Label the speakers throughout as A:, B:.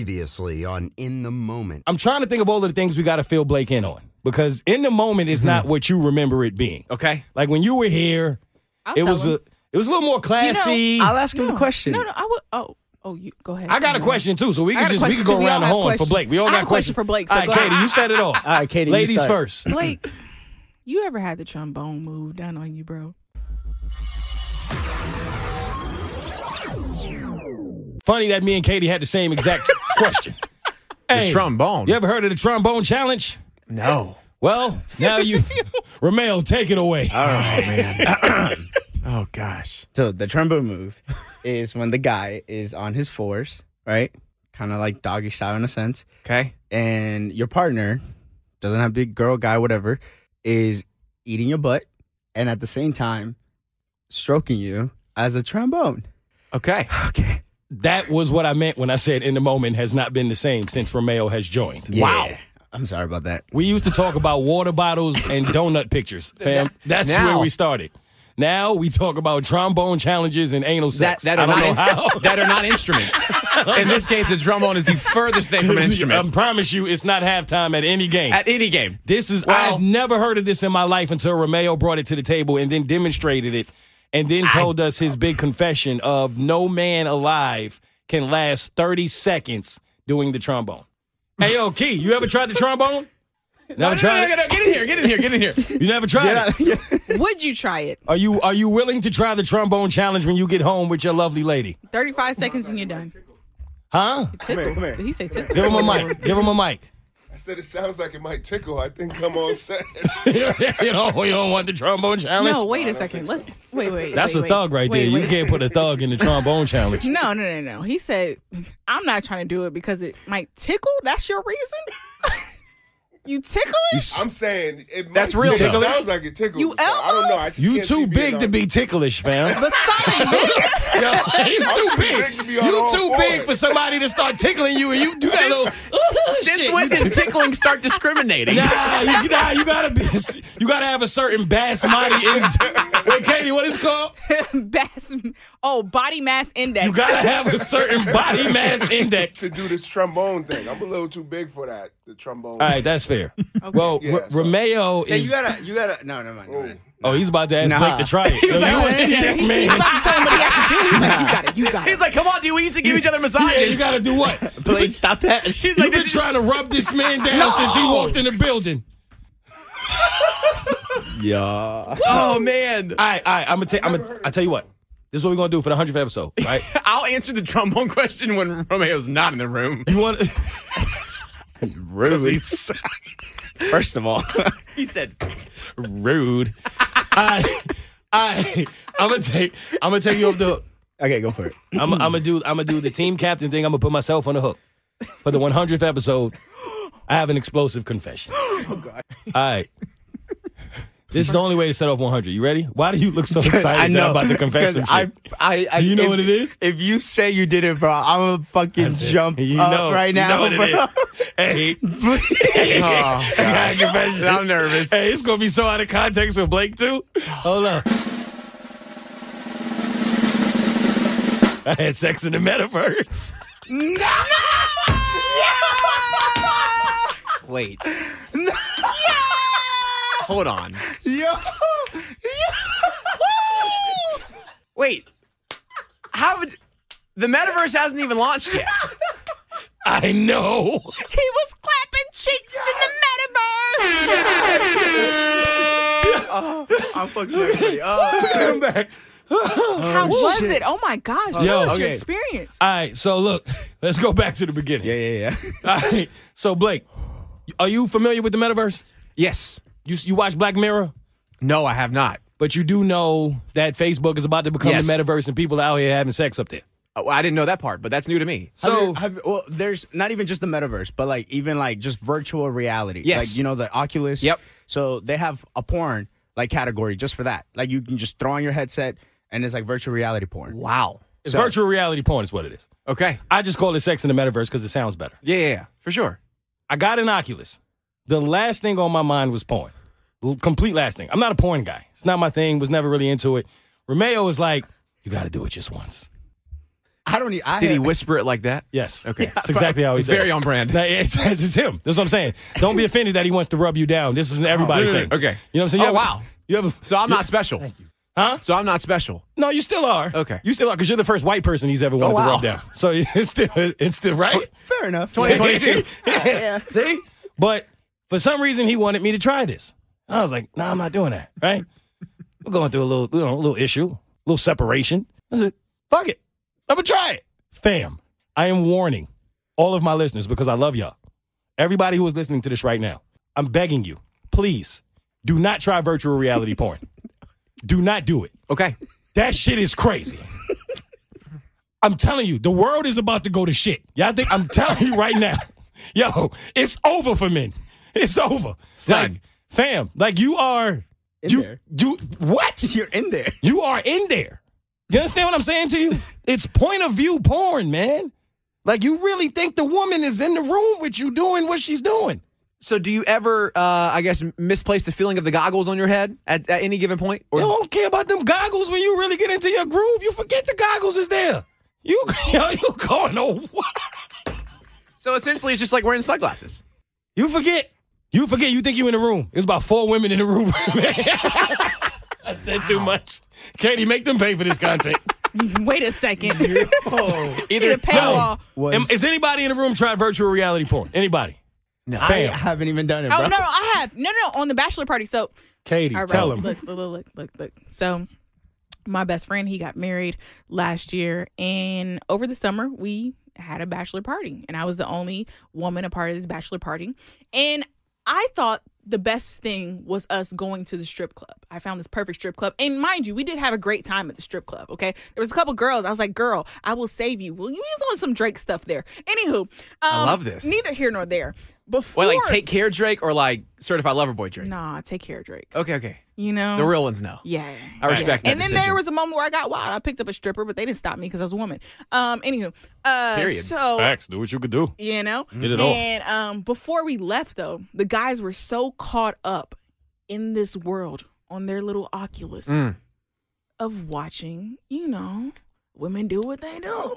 A: previously on In the Moment.
B: I'm trying to think of all of the things we got to fill Blake in on because in the moment is not what you remember it being.
C: Mm-hmm. Okay.
B: Like when you were here,
D: I'll
B: it
D: tell
B: was
D: him.
B: a it was a little more classy.
C: I'll ask him
D: No,
C: the question.
D: No, no, I would. Oh, oh, you go ahead.
B: I got a question too, so we
D: I
B: can
D: got a
B: just we
D: question,
B: can go
D: too. We
B: around
D: all
B: the
D: have
B: horn for
D: questions.
B: Blake. We all
D: I
B: got
D: have a
B: questions
D: question for Blake, so
B: all right,
D: go ahead.
B: Katie, you set it off.
C: All right, Katie, you
B: ladies
C: start.
B: first.
D: Blake, you ever had the trombone move done on you, bro?
B: Funny that me and Katie had the same exact question. Hey,
C: trombone.
B: You ever heard of the trombone challenge?
C: No.
B: Well, now you, Ramel, take it away.
C: Oh gosh.
E: So the trombone move is when the guy is on his fours, right? Kind of like doggy style in a sense,
C: Okay.
E: and your partner doesn't have big girl, guy, whatever, is eating your butt and at the same time stroking you as a trombone.
C: Okay.
E: Okay.
B: That was what I meant when I said in the moment has not been the same since Romeo has joined.
E: Wow. I'm sorry about that.
B: We used to talk about water bottles and donut pictures, fam. That's where
C: Now-
B: we started. Now we talk about trombone challenges and anal sex. I don't know how.
C: that are not instruments. In this case, the trombone is the furthest thing from
B: I
C: an instrument
B: promise you, it's not halftime at any game.
C: at any game.
B: this is
C: Well-
B: I've never heard of this in my life until Romeo brought it to the table and then demonstrated it, and then told us his big confession of no man alive can last thirty seconds doing the trombone. hey, yo, Key, you ever tried the trombone? Never tried it.
C: Get in here. Get in here. Get in here.
B: You never tried it.
D: Would you try it?
B: Are you are you willing to try the trombone challenge when you get home with your lovely lady?
D: Thirty-five seconds and you're done.
B: Huh?
D: Tickle. Did he say tickle?
B: Give him a mic. Give him a mic.
F: I said it sounds like it might tickle. I think I'm all set.
B: you know you don't want the trombone challenge.
D: No, wait a second. Let's wait, wait.
B: That's
D: wait,
B: a
D: wait.
B: thug right
D: Wait,
B: there.
D: wait.
B: You can't put a thug in the trombone challenge.
D: No, no, no, no. He said, "I'm not trying to do it because it might tickle." That's your reason. you tickle it?
F: I'm saying it might
C: That's real,
F: It
C: though.
F: sounds like it tickles.
D: You
F: so I don't know. I just
B: You
F: can't see
B: too
F: being
B: big to
F: on-
B: be ticklish, fam.
D: But something big.
B: Yo, you too
F: too
B: big.
F: big to be on
B: You
F: all
B: too big
F: fours.
B: for somebody to start tickling you, and you do that little. "Ugh,"
C: Since
B: shit.
C: when
B: You
C: did tickling start discriminating?
B: Nah, you, nah, you gotta be. You gotta have a certain basmati. In, wait, Katie, what is it called?
D: Best. Oh, body mass index.
B: You gotta have a certain body mass index.
F: to do this trombone thing. I'm a little too big for that. The trombone.
B: All right, that's fair. Well,
F: Yeah,
B: R-
F: so-
B: Romeo
E: Yeah, you
B: is.
E: gotta, you gotta. No, never mind. Never mind.
B: Oh, he's about to ask
E: Nah.
B: Blake to try it. Yo, you a sick
D: He's
B: man.
D: about to tell him what he has to do. He's like, "You got it. You got it."
C: He's like, come on, dude. We used to give each other
B: Yeah,
C: massages.
B: you gotta do what?
E: Blake, stop that.
C: She's
B: You've
C: like,
B: been
C: this is
B: trying to rub this man down since he walked in the building.
E: Yeah.
C: oh man.
B: All right, all right. I'm gonna tell. I'm gonna. I tell you what. This is what we're gonna do for the hundredth episode. all Right?
C: I'll answer the trombone question when Romeo's not in the room.
B: You want?
E: Really?
C: He's-
E: First of all,
C: he said,
B: Rude. I. I. I'm gonna take. I'm gonna take you off the. hook.
E: okay, go for it.
B: I'm. I'm gonna do. I'm gonna do the team captain thing. I'm gonna put myself on the hook for the 100th episode. I have an explosive confession.
E: Oh,
B: All right. This is the only way to set off 100. You ready? Why do you look so excited
E: I
B: that I'm
E: know
B: about to confess some
E: because I,
B: shit?
E: I, I,
B: Do you know
E: if-
B: what it is?
E: If you say you did it, bro, I'm gonna fucking
B: That's it.
E: jump
B: you
E: up
B: know,
E: right
B: you
E: now,
B: know what it
E: bro.
B: is. Hey,
C: oh,
B: I got a confession.
C: I'm nervous.
B: Hey, it's gonna be so out of context for Blake too. Hold on. I had sex in the metaverse.
C: Wait. Hold on.
E: Yo,
C: Wait. How would the metaverse hasn't even launched yet?
B: I know.
D: He was clapping cheeks in the metaverse.
E: I'm fucking everybody. Oh,
B: Come back.
D: How was it? Oh my gosh!
B: Yo,
D: Tell us your
B: okay.
D: experience.
B: All right, so look, let's go back to the beginning.
E: yeah, yeah, yeah.
B: All right, so Blake, are you familiar with the metaverse?
C: Yes.
B: You you watch Black Mirror,
C: No, I have not.
B: but you do know that Facebook is about to become
C: Yes.
B: the metaverse, and people out here having sex up there.
C: Oh, I didn't know that part, but that's new to me.
B: So
E: Have you- well, there's not even just the metaverse, but like even like just virtual reality.
C: Yes.
E: like you know the Oculus.
C: Yep.
E: So they have a porn like category just for that. Like you can just throw on your headset and it's like virtual reality porn.
C: Wow.
B: it's
E: so-
B: virtual reality porn is what it is.
C: Okay.
B: I just call it sex in the metaverse because it sounds better.
C: Yeah, yeah, yeah. For sure.
B: I got an Oculus. The last thing on my mind was porn. L- Complete last thing. I'm not a porn guy. It's not my thing. Was never really into it. Romeo was like, "You got to do it just once."
E: I don't. e- I
C: Did he whisper it like that?
B: Yes.
C: Okay.
B: That's exactly how he
C: It's
B: said
C: very
B: it.
C: on brand.
B: No, it's, it's, it's him. That's what I'm saying. Don't be offended that he wants to rub you down. This is an everybody
C: no, no,
B: thing.
C: no. Oh, Okay.
B: You know what I'm saying? You
C: Oh,
B: have-
C: wow.
B: You have
C: So I'm not special.
B: Huh?
C: So I'm not special.
B: No, you still are.
C: Okay. Oh,
B: You still are because you're the first white person he's ever wanted
C: wow.
B: to rub down. So it's still it's still right.
E: Fair enough.
C: 2022.
D: Yeah.
E: See,
B: But for some reason, he wanted me to try this. I was like, no, I'm not doing that. Right? We're going through a little, you know, a little issue, a little separation. I said, fuck it. I'm going to try it. Fam, I am warning all of my listeners because I love y'all. Everybody who is listening to this right now, I'm begging you, please do not try virtual reality porn. Do not do it.
C: Okay.
B: That shit is crazy. I'm telling you, the world is about to go to shit. Y'all think I'm telling you right now. Yo, it's over for men. It's over.
C: done.
B: Like, fam, like you are you
E: there.
B: you what?
E: you're in there.
B: You are in there. You understand what I'm saying to you? It's point of view porn, man. Like you really think the woman is in the room with you doing what she's doing.
C: So do you ever, uh, I guess, m- misplace the feeling of the goggles on your head at, at any given point? Or
B: You don't care about them goggles when you really get into your groove. You forget the goggles is there. You yo, you going on what?
C: so essentially, it's just like wearing sunglasses.
B: You forget. You forget. You think you in the room. It's about four women in the room. I said too much. Katie, make them pay for this content.
D: Wait a second.
B: Either
D: a paywall.
B: No. Am- is anybody in the room try virtual reality porn? Anybody? No.
E: I haven't even done it,
D: Oh
E: bro.
D: no, no, I have no, no, on the bachelor party. So,
B: Katie,
D: all right,
B: tell him.
D: Look, look, look, look, look. So, my best friend, he got married last year, and over the summer we had a bachelor party, and I was the only woman a part of this bachelor party, and I thought the best thing was us going to the strip club. I found this perfect strip club. And mind you, we did have a great time at the strip club, okay? There was a couple girls. I was like, girl, I will save you. Well, you was on some Drake stuff there. Anywho, um, I
C: love this.
D: Neither here nor there. Before
C: Well, like take care Drake or like certified lover boy Drake.
D: Nah, take care, Drake.
C: Okay, okay.
D: You know,
C: The real ones know.
D: Yeah,
C: I respect
D: Yeah.
C: that
D: And then
C: decision.
D: there was a moment where I got wild. I picked up a stripper, but they didn't stop me because I was a woman. Um, anywho, uh,
C: Period.
D: so
B: Facts. Do what you could do.
D: you know,
B: Get it off.
D: and um, before we left though, the guys were so caught up in this world on their little Oculus
C: Mm.
D: of watching, you know, women do what they do.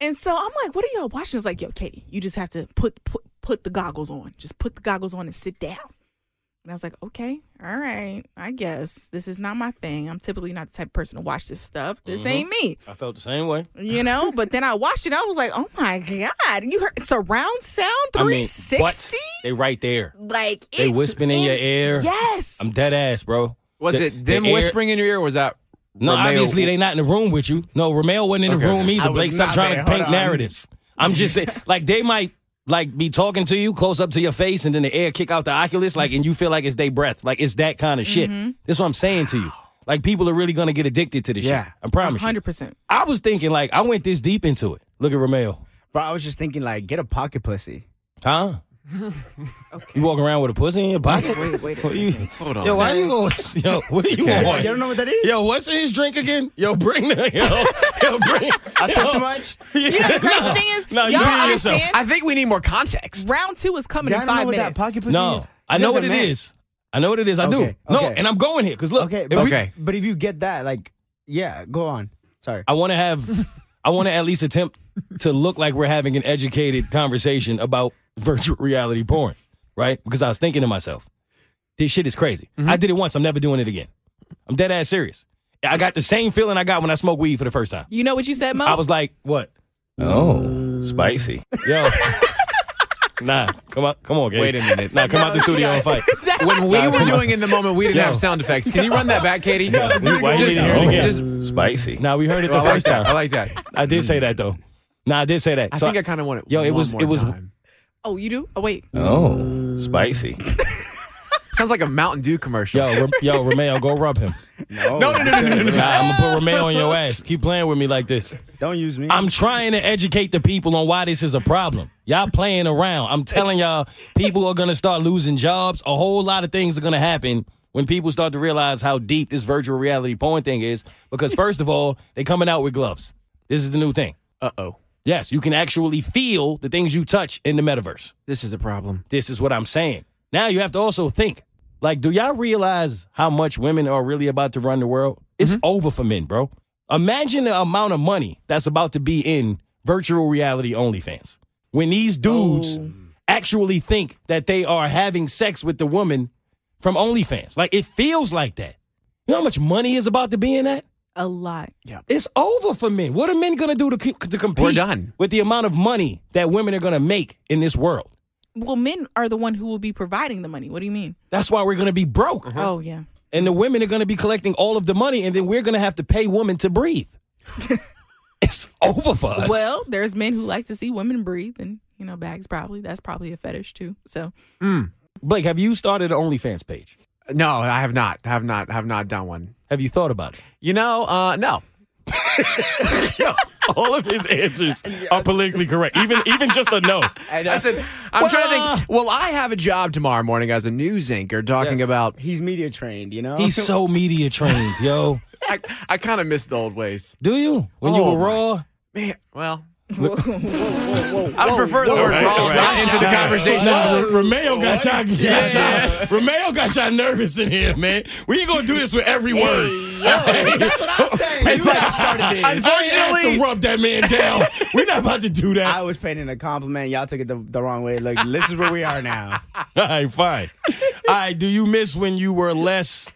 D: And so I'm like, what are y'all watching? It's like, yo, Katie, you just have to put put put the goggles on. Just put the goggles on and sit down. And I was like, okay, all right, I guess this is not my thing. I'm typically not the type of person to watch this stuff. This ain't me,
B: I felt the same way.
D: you know. but then I watched it. I was like, oh my god, you heard surround sound
B: I mean,
D: 360?
B: but They right there.
D: like
B: They
D: it-
B: whispering in your ear.
D: Yes,
B: I'm dead ass, bro.
C: Was
B: The-
C: it them
B: the air-
C: whispering in your ear or was that
B: No,
C: Romeo-
B: obviously they not in the room with you. No, Romeo wasn't in the
C: Okay,
B: room
C: okay.
B: either. Blake, stop
E: not
B: trying
E: there.
B: to paint
E: Hold on.
B: narratives. I'm just saying, like they might like be talking to you close up to your face, and then the air kick out the Oculus, like, and you feel like it's their breath. Like it's that kind of shit. That's what I'm saying to you. Like people are really gonna get addicted to this
C: Yeah.
B: shit. I promise you.
D: hundred percent.
B: I was thinking like I went this deep into it. Look at Romeo,
E: Bro, I was just thinking like, get a pocket pussy.
B: huh? You walk around with a pussy in your pocket.
D: Wait, wait a
B: What you,
D: second.
C: Hold on.
B: yo, why you going? Yo, what are you on?
E: You don't know what that is?
B: Yo, what's in his drink again? Yo, bring the yo, yo bring.
E: I said too much.
D: You know, the crazy thing is,
B: No, you
D: y'all
B: do it yourself.
D: understand.
C: I think we need more context.
D: Round two is coming
E: Y'all
D: in
E: don't know
D: five
E: what
D: minutes.
E: that pocket pussy is?
B: No, I know
E: There's
B: what
E: a
B: it
E: man.
B: is. I know what it is. I
E: Okay,
B: do. No,
E: okay.
B: and I'm going here because look,
E: Okay,
B: if
E: but,
B: we-
C: Okay.
E: but if you get that, like, yeah, go on. Sorry.
B: I want to have, I want to at least attempt to look like we're having an educated conversation about virtual reality porn, right? Because I was thinking to myself, this shit is crazy.
E: Mm-hmm.
B: I did it once. I'm never doing it again. I'm dead ass serious. I got the same feeling I got when I smoked weed for the first time.
D: You know what you said, Mo?
B: I was like, what? Oh, spicy. Yo. nah, come on, come on, Gabe.
C: Wait a minute.
B: Nah, come out the studio and fight.
C: When we were doing in the moment, we didn't
B: Yo.
C: have sound effects. Can you run that back, Katie?
B: why you
C: Just-
B: need to hear it again?
C: just-
B: Spicy. Nah, we heard it the
C: I like
B: first
C: that. I
B: time.
C: like that.
B: I did say that though. Nah, I did say that.
C: I
B: So
C: think I kind of want it.
B: Yo, it
C: one
B: was-
C: more
B: it was-
C: time.
D: oh, you do? Oh, wait.
B: Oh, spicy.
C: Sounds like a Mountain Dew commercial.
B: Yo, Ro- yo, Romeo, go rub him.
C: no, no, no, no, no, no, no.
B: Nah, I'm gonna put Romeo on your ass. Keep playing with me like this.
E: Don't use me.
B: I'm trying to educate the people on why this is a problem. Y'all playing around. I'm telling y'all, people are gonna start losing jobs. A whole lot of things are gonna happen when people start to realize how deep this virtual reality porn thing is. Because first of all, they coming out with gloves. This is the new thing.
C: Uh oh.
B: Yes, you can actually feel the things you touch in the metaverse.
C: This is a problem.
B: This is what I'm saying. Now you have to also think.
C: Mm-hmm.
B: Like, do y'all realize how much women are really about to run the world? It's over for men, bro. Imagine the amount of money that's about to be in virtual reality OnlyFans when these dudes
D: Oh.
B: actually think that they are having sex with the woman from OnlyFans. Like it feels like that. You know how much money is about to be in that?
D: A lot.
B: It's over for men. What are men going to do to, c- to compete
C: We're done.
B: with the amount of money that women are going to make in this world?
D: Well, men are the one who will be providing the money. What do you mean?
B: That's why we're going to be broke.
D: Oh yeah.
B: And the women are going to be collecting all of the money, and then we're going to have to pay women to breathe. it's over for us.
D: Well, there's men who like to see women breathe, and you know, bags probably. That's probably a fetish too. So
B: Blake, have you started an OnlyFans page?
C: No, I have not. Have not. Have not done one.
B: Have you thought about it?
C: You know, uh, no.
B: All of his answers are politically correct. Even even just a no.
C: I said, I'm trying to think. Well, I have a job tomorrow morning as a news anchor talking about.
E: He's media trained, you know.
B: He's so media trained, yo.
C: I, I kind of miss the old ways.
B: Do you? When
C: Oh,
B: you were raw,
C: Man, well,
E: Whoa,
C: I would prefer the
F: whoa,
C: word
F: right,
C: raw
F: right.
C: not into the conversation.
B: Nah, Ra- Romeo got y'all, got
C: Yeah.
B: y'all- Romeo got y'all nervous in here, man. We ain't gonna do this with every word.
E: that's what I'm saying.
B: It's
E: You
B: like-
E: guys started this.
B: I ain't asked
C: Unfortunately-
B: to rub that man down. We're not about to do
E: I
B: that.
E: was painting a compliment. Y'all took it the, the wrong way. Like this is where we are now.
B: All right, fine. All right, do you miss when you were less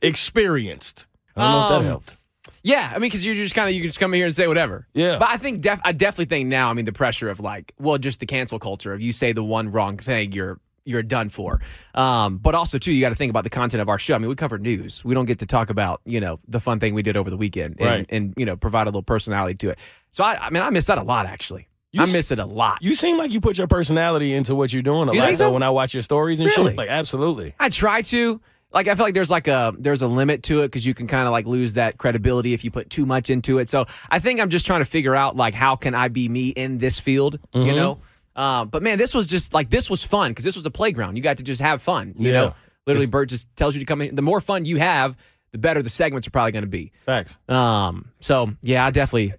B: experienced? I don't know if that helped.
C: Yeah, I mean, because you're just kind of you can just come here and say whatever.
B: Yeah.
C: but I think def- I definitely think now. I mean, the pressure of like, well, just the cancel culture of you say the one wrong thing, you're you're done for. Um, but also too, you got to think about the content of our show. I mean, we cover news. We don't get to talk about you know the fun thing we did over the weekend, and,
B: Right.
C: And you know provide a little personality to it. So I, I mean, I miss that a lot actually. I
B: s-
C: miss it a lot.
B: You seem like you put your personality into what you're doing a
C: You
B: lot
C: think so?
B: though when I watch your stories and
C: Really?
B: shit. Like absolutely.
C: I try to. Like I feel like there's like a there's a limit to it because you can kind of like lose that credibility if you put too much into it. So I think I'm just trying to figure out like how can I be me in this field, you know? Um, but man, this was just like this was fun because this was a playground. You got to just have fun, you
B: Yeah.
C: know. Literally, Bert just tells you to come in. The more fun you have, the better the segments are probably going to be.
B: Facts.
C: Um, so yeah, I definitely,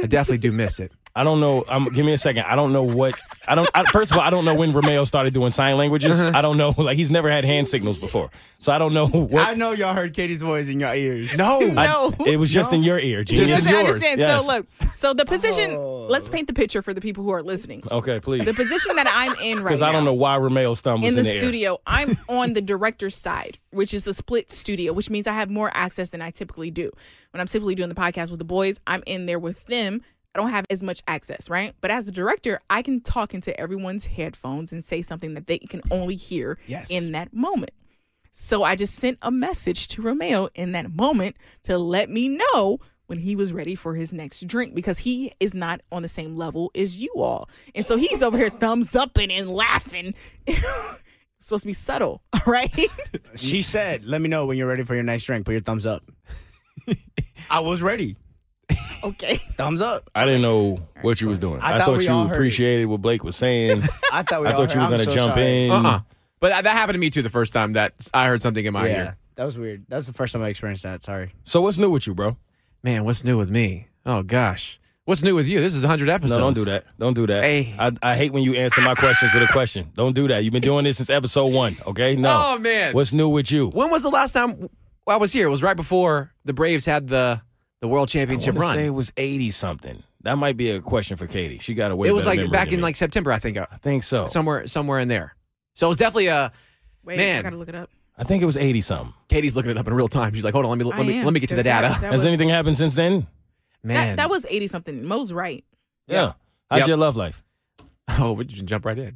C: I definitely do miss it.
B: I don't know. Um, give me a second. I don't know what. I don't. I, first of all, I don't know when Romeo started doing sign languages. I don't know. Like he's never had hand signals before, so I don't know what.
E: I know y'all heard Katie's voice in your ears.
C: No,
B: I-
D: No.
B: it was just in your ear,
D: you
B: genius.
D: have to understand.
B: Yes.
D: So look, so the position. Let's paint the picture for the people who are listening.
B: Okay, please.
D: The position that I'm in right
B: Because
D: now.
B: I don't know why Romeo stumbles
D: in
B: in,
D: the
B: air.
D: studio. I'm on the director's side, which is the split studio, which means I have more access than I typically do. When I'm typically doing the podcast with the boys, I'm in there with them. I don't have as much access, right? But as a director, I can talk into everyone's headphones and say something that they can only hear
E: Yes.
D: in that moment. So I just sent a message to Romeo in that moment to let me know when he was ready for his next drink because he is not on the same level as you all. And so he's over here thumbs upping and laughing. it's supposed to be subtle, all right?
E: She said, "Let me know when you're ready for your nice drink. Put your thumbs up." I was ready.
D: okay.
E: Thumbs up.
B: I didn't know what you was doing.
E: I
B: I,
E: thought
B: thought,
E: we all
B: you
E: heard it.
B: appreciated what Blake was saying.
E: I thought we
B: I
E: all
B: thought you
E: heard.
B: were
E: I'm
B: going to
E: so
B: jump
E: sorry.
B: in.
C: uh, uh but that happened to me too the first time that I heard something in my
E: Yeah,
C: ear.
E: that was weird. That was the first time I experienced that. Sorry.
B: So what's new with you, bro?
C: Man, what's new with me? Oh gosh, what's new with you? This is 100 episodes.
B: No, don't do that. Don't do that.
C: Hey.
B: I, I hate when you answer my questions with a question. Don't do that. You've been doing this since episode one. Okay. No.
C: Oh, man.
B: What's new with you?
C: When was the last time I was here? It was right before the Braves had the the World
B: I
C: Championship
B: wanna
C: run.
B: say it was eighty something. That might be a question for Katie. She got away.
C: it was like back in like September, I think, uh,
B: I think so.
C: somewhere somewhere in there. So it was definitely uh, a.
D: Wait,
C: Man.
D: I gotta look it up.
B: I think it was eighty something.
C: Katie's looking it up in real time. She's like, "Hold on, let me
D: I
C: let me
D: am,
C: let me get to the
D: 'cause that-
C: data."
D: that
B: Has
D: was-
B: anything happened since then?
D: That,
C: Man,
D: that was 80 something. Mo's right.
B: Yeah. How's
C: Yep.
B: your love life?
C: Oh, we just jump right in.